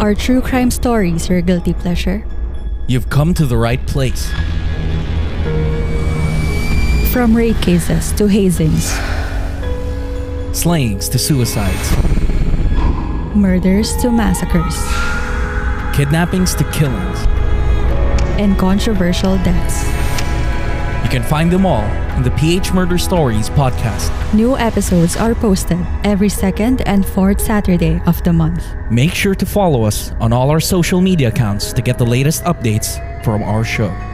Are true crime stories your guilty pleasure? You've come to the right place. From rape cases to hazings, Slayings to suicides, murders to massacres, kidnappings to killings. and controversial deaths. You can find them all in the PH Murder Stories podcast. New episodes are posted every second and fourth Saturday of the month. Make sure to follow us on all our social media accounts to get the latest updates from our show.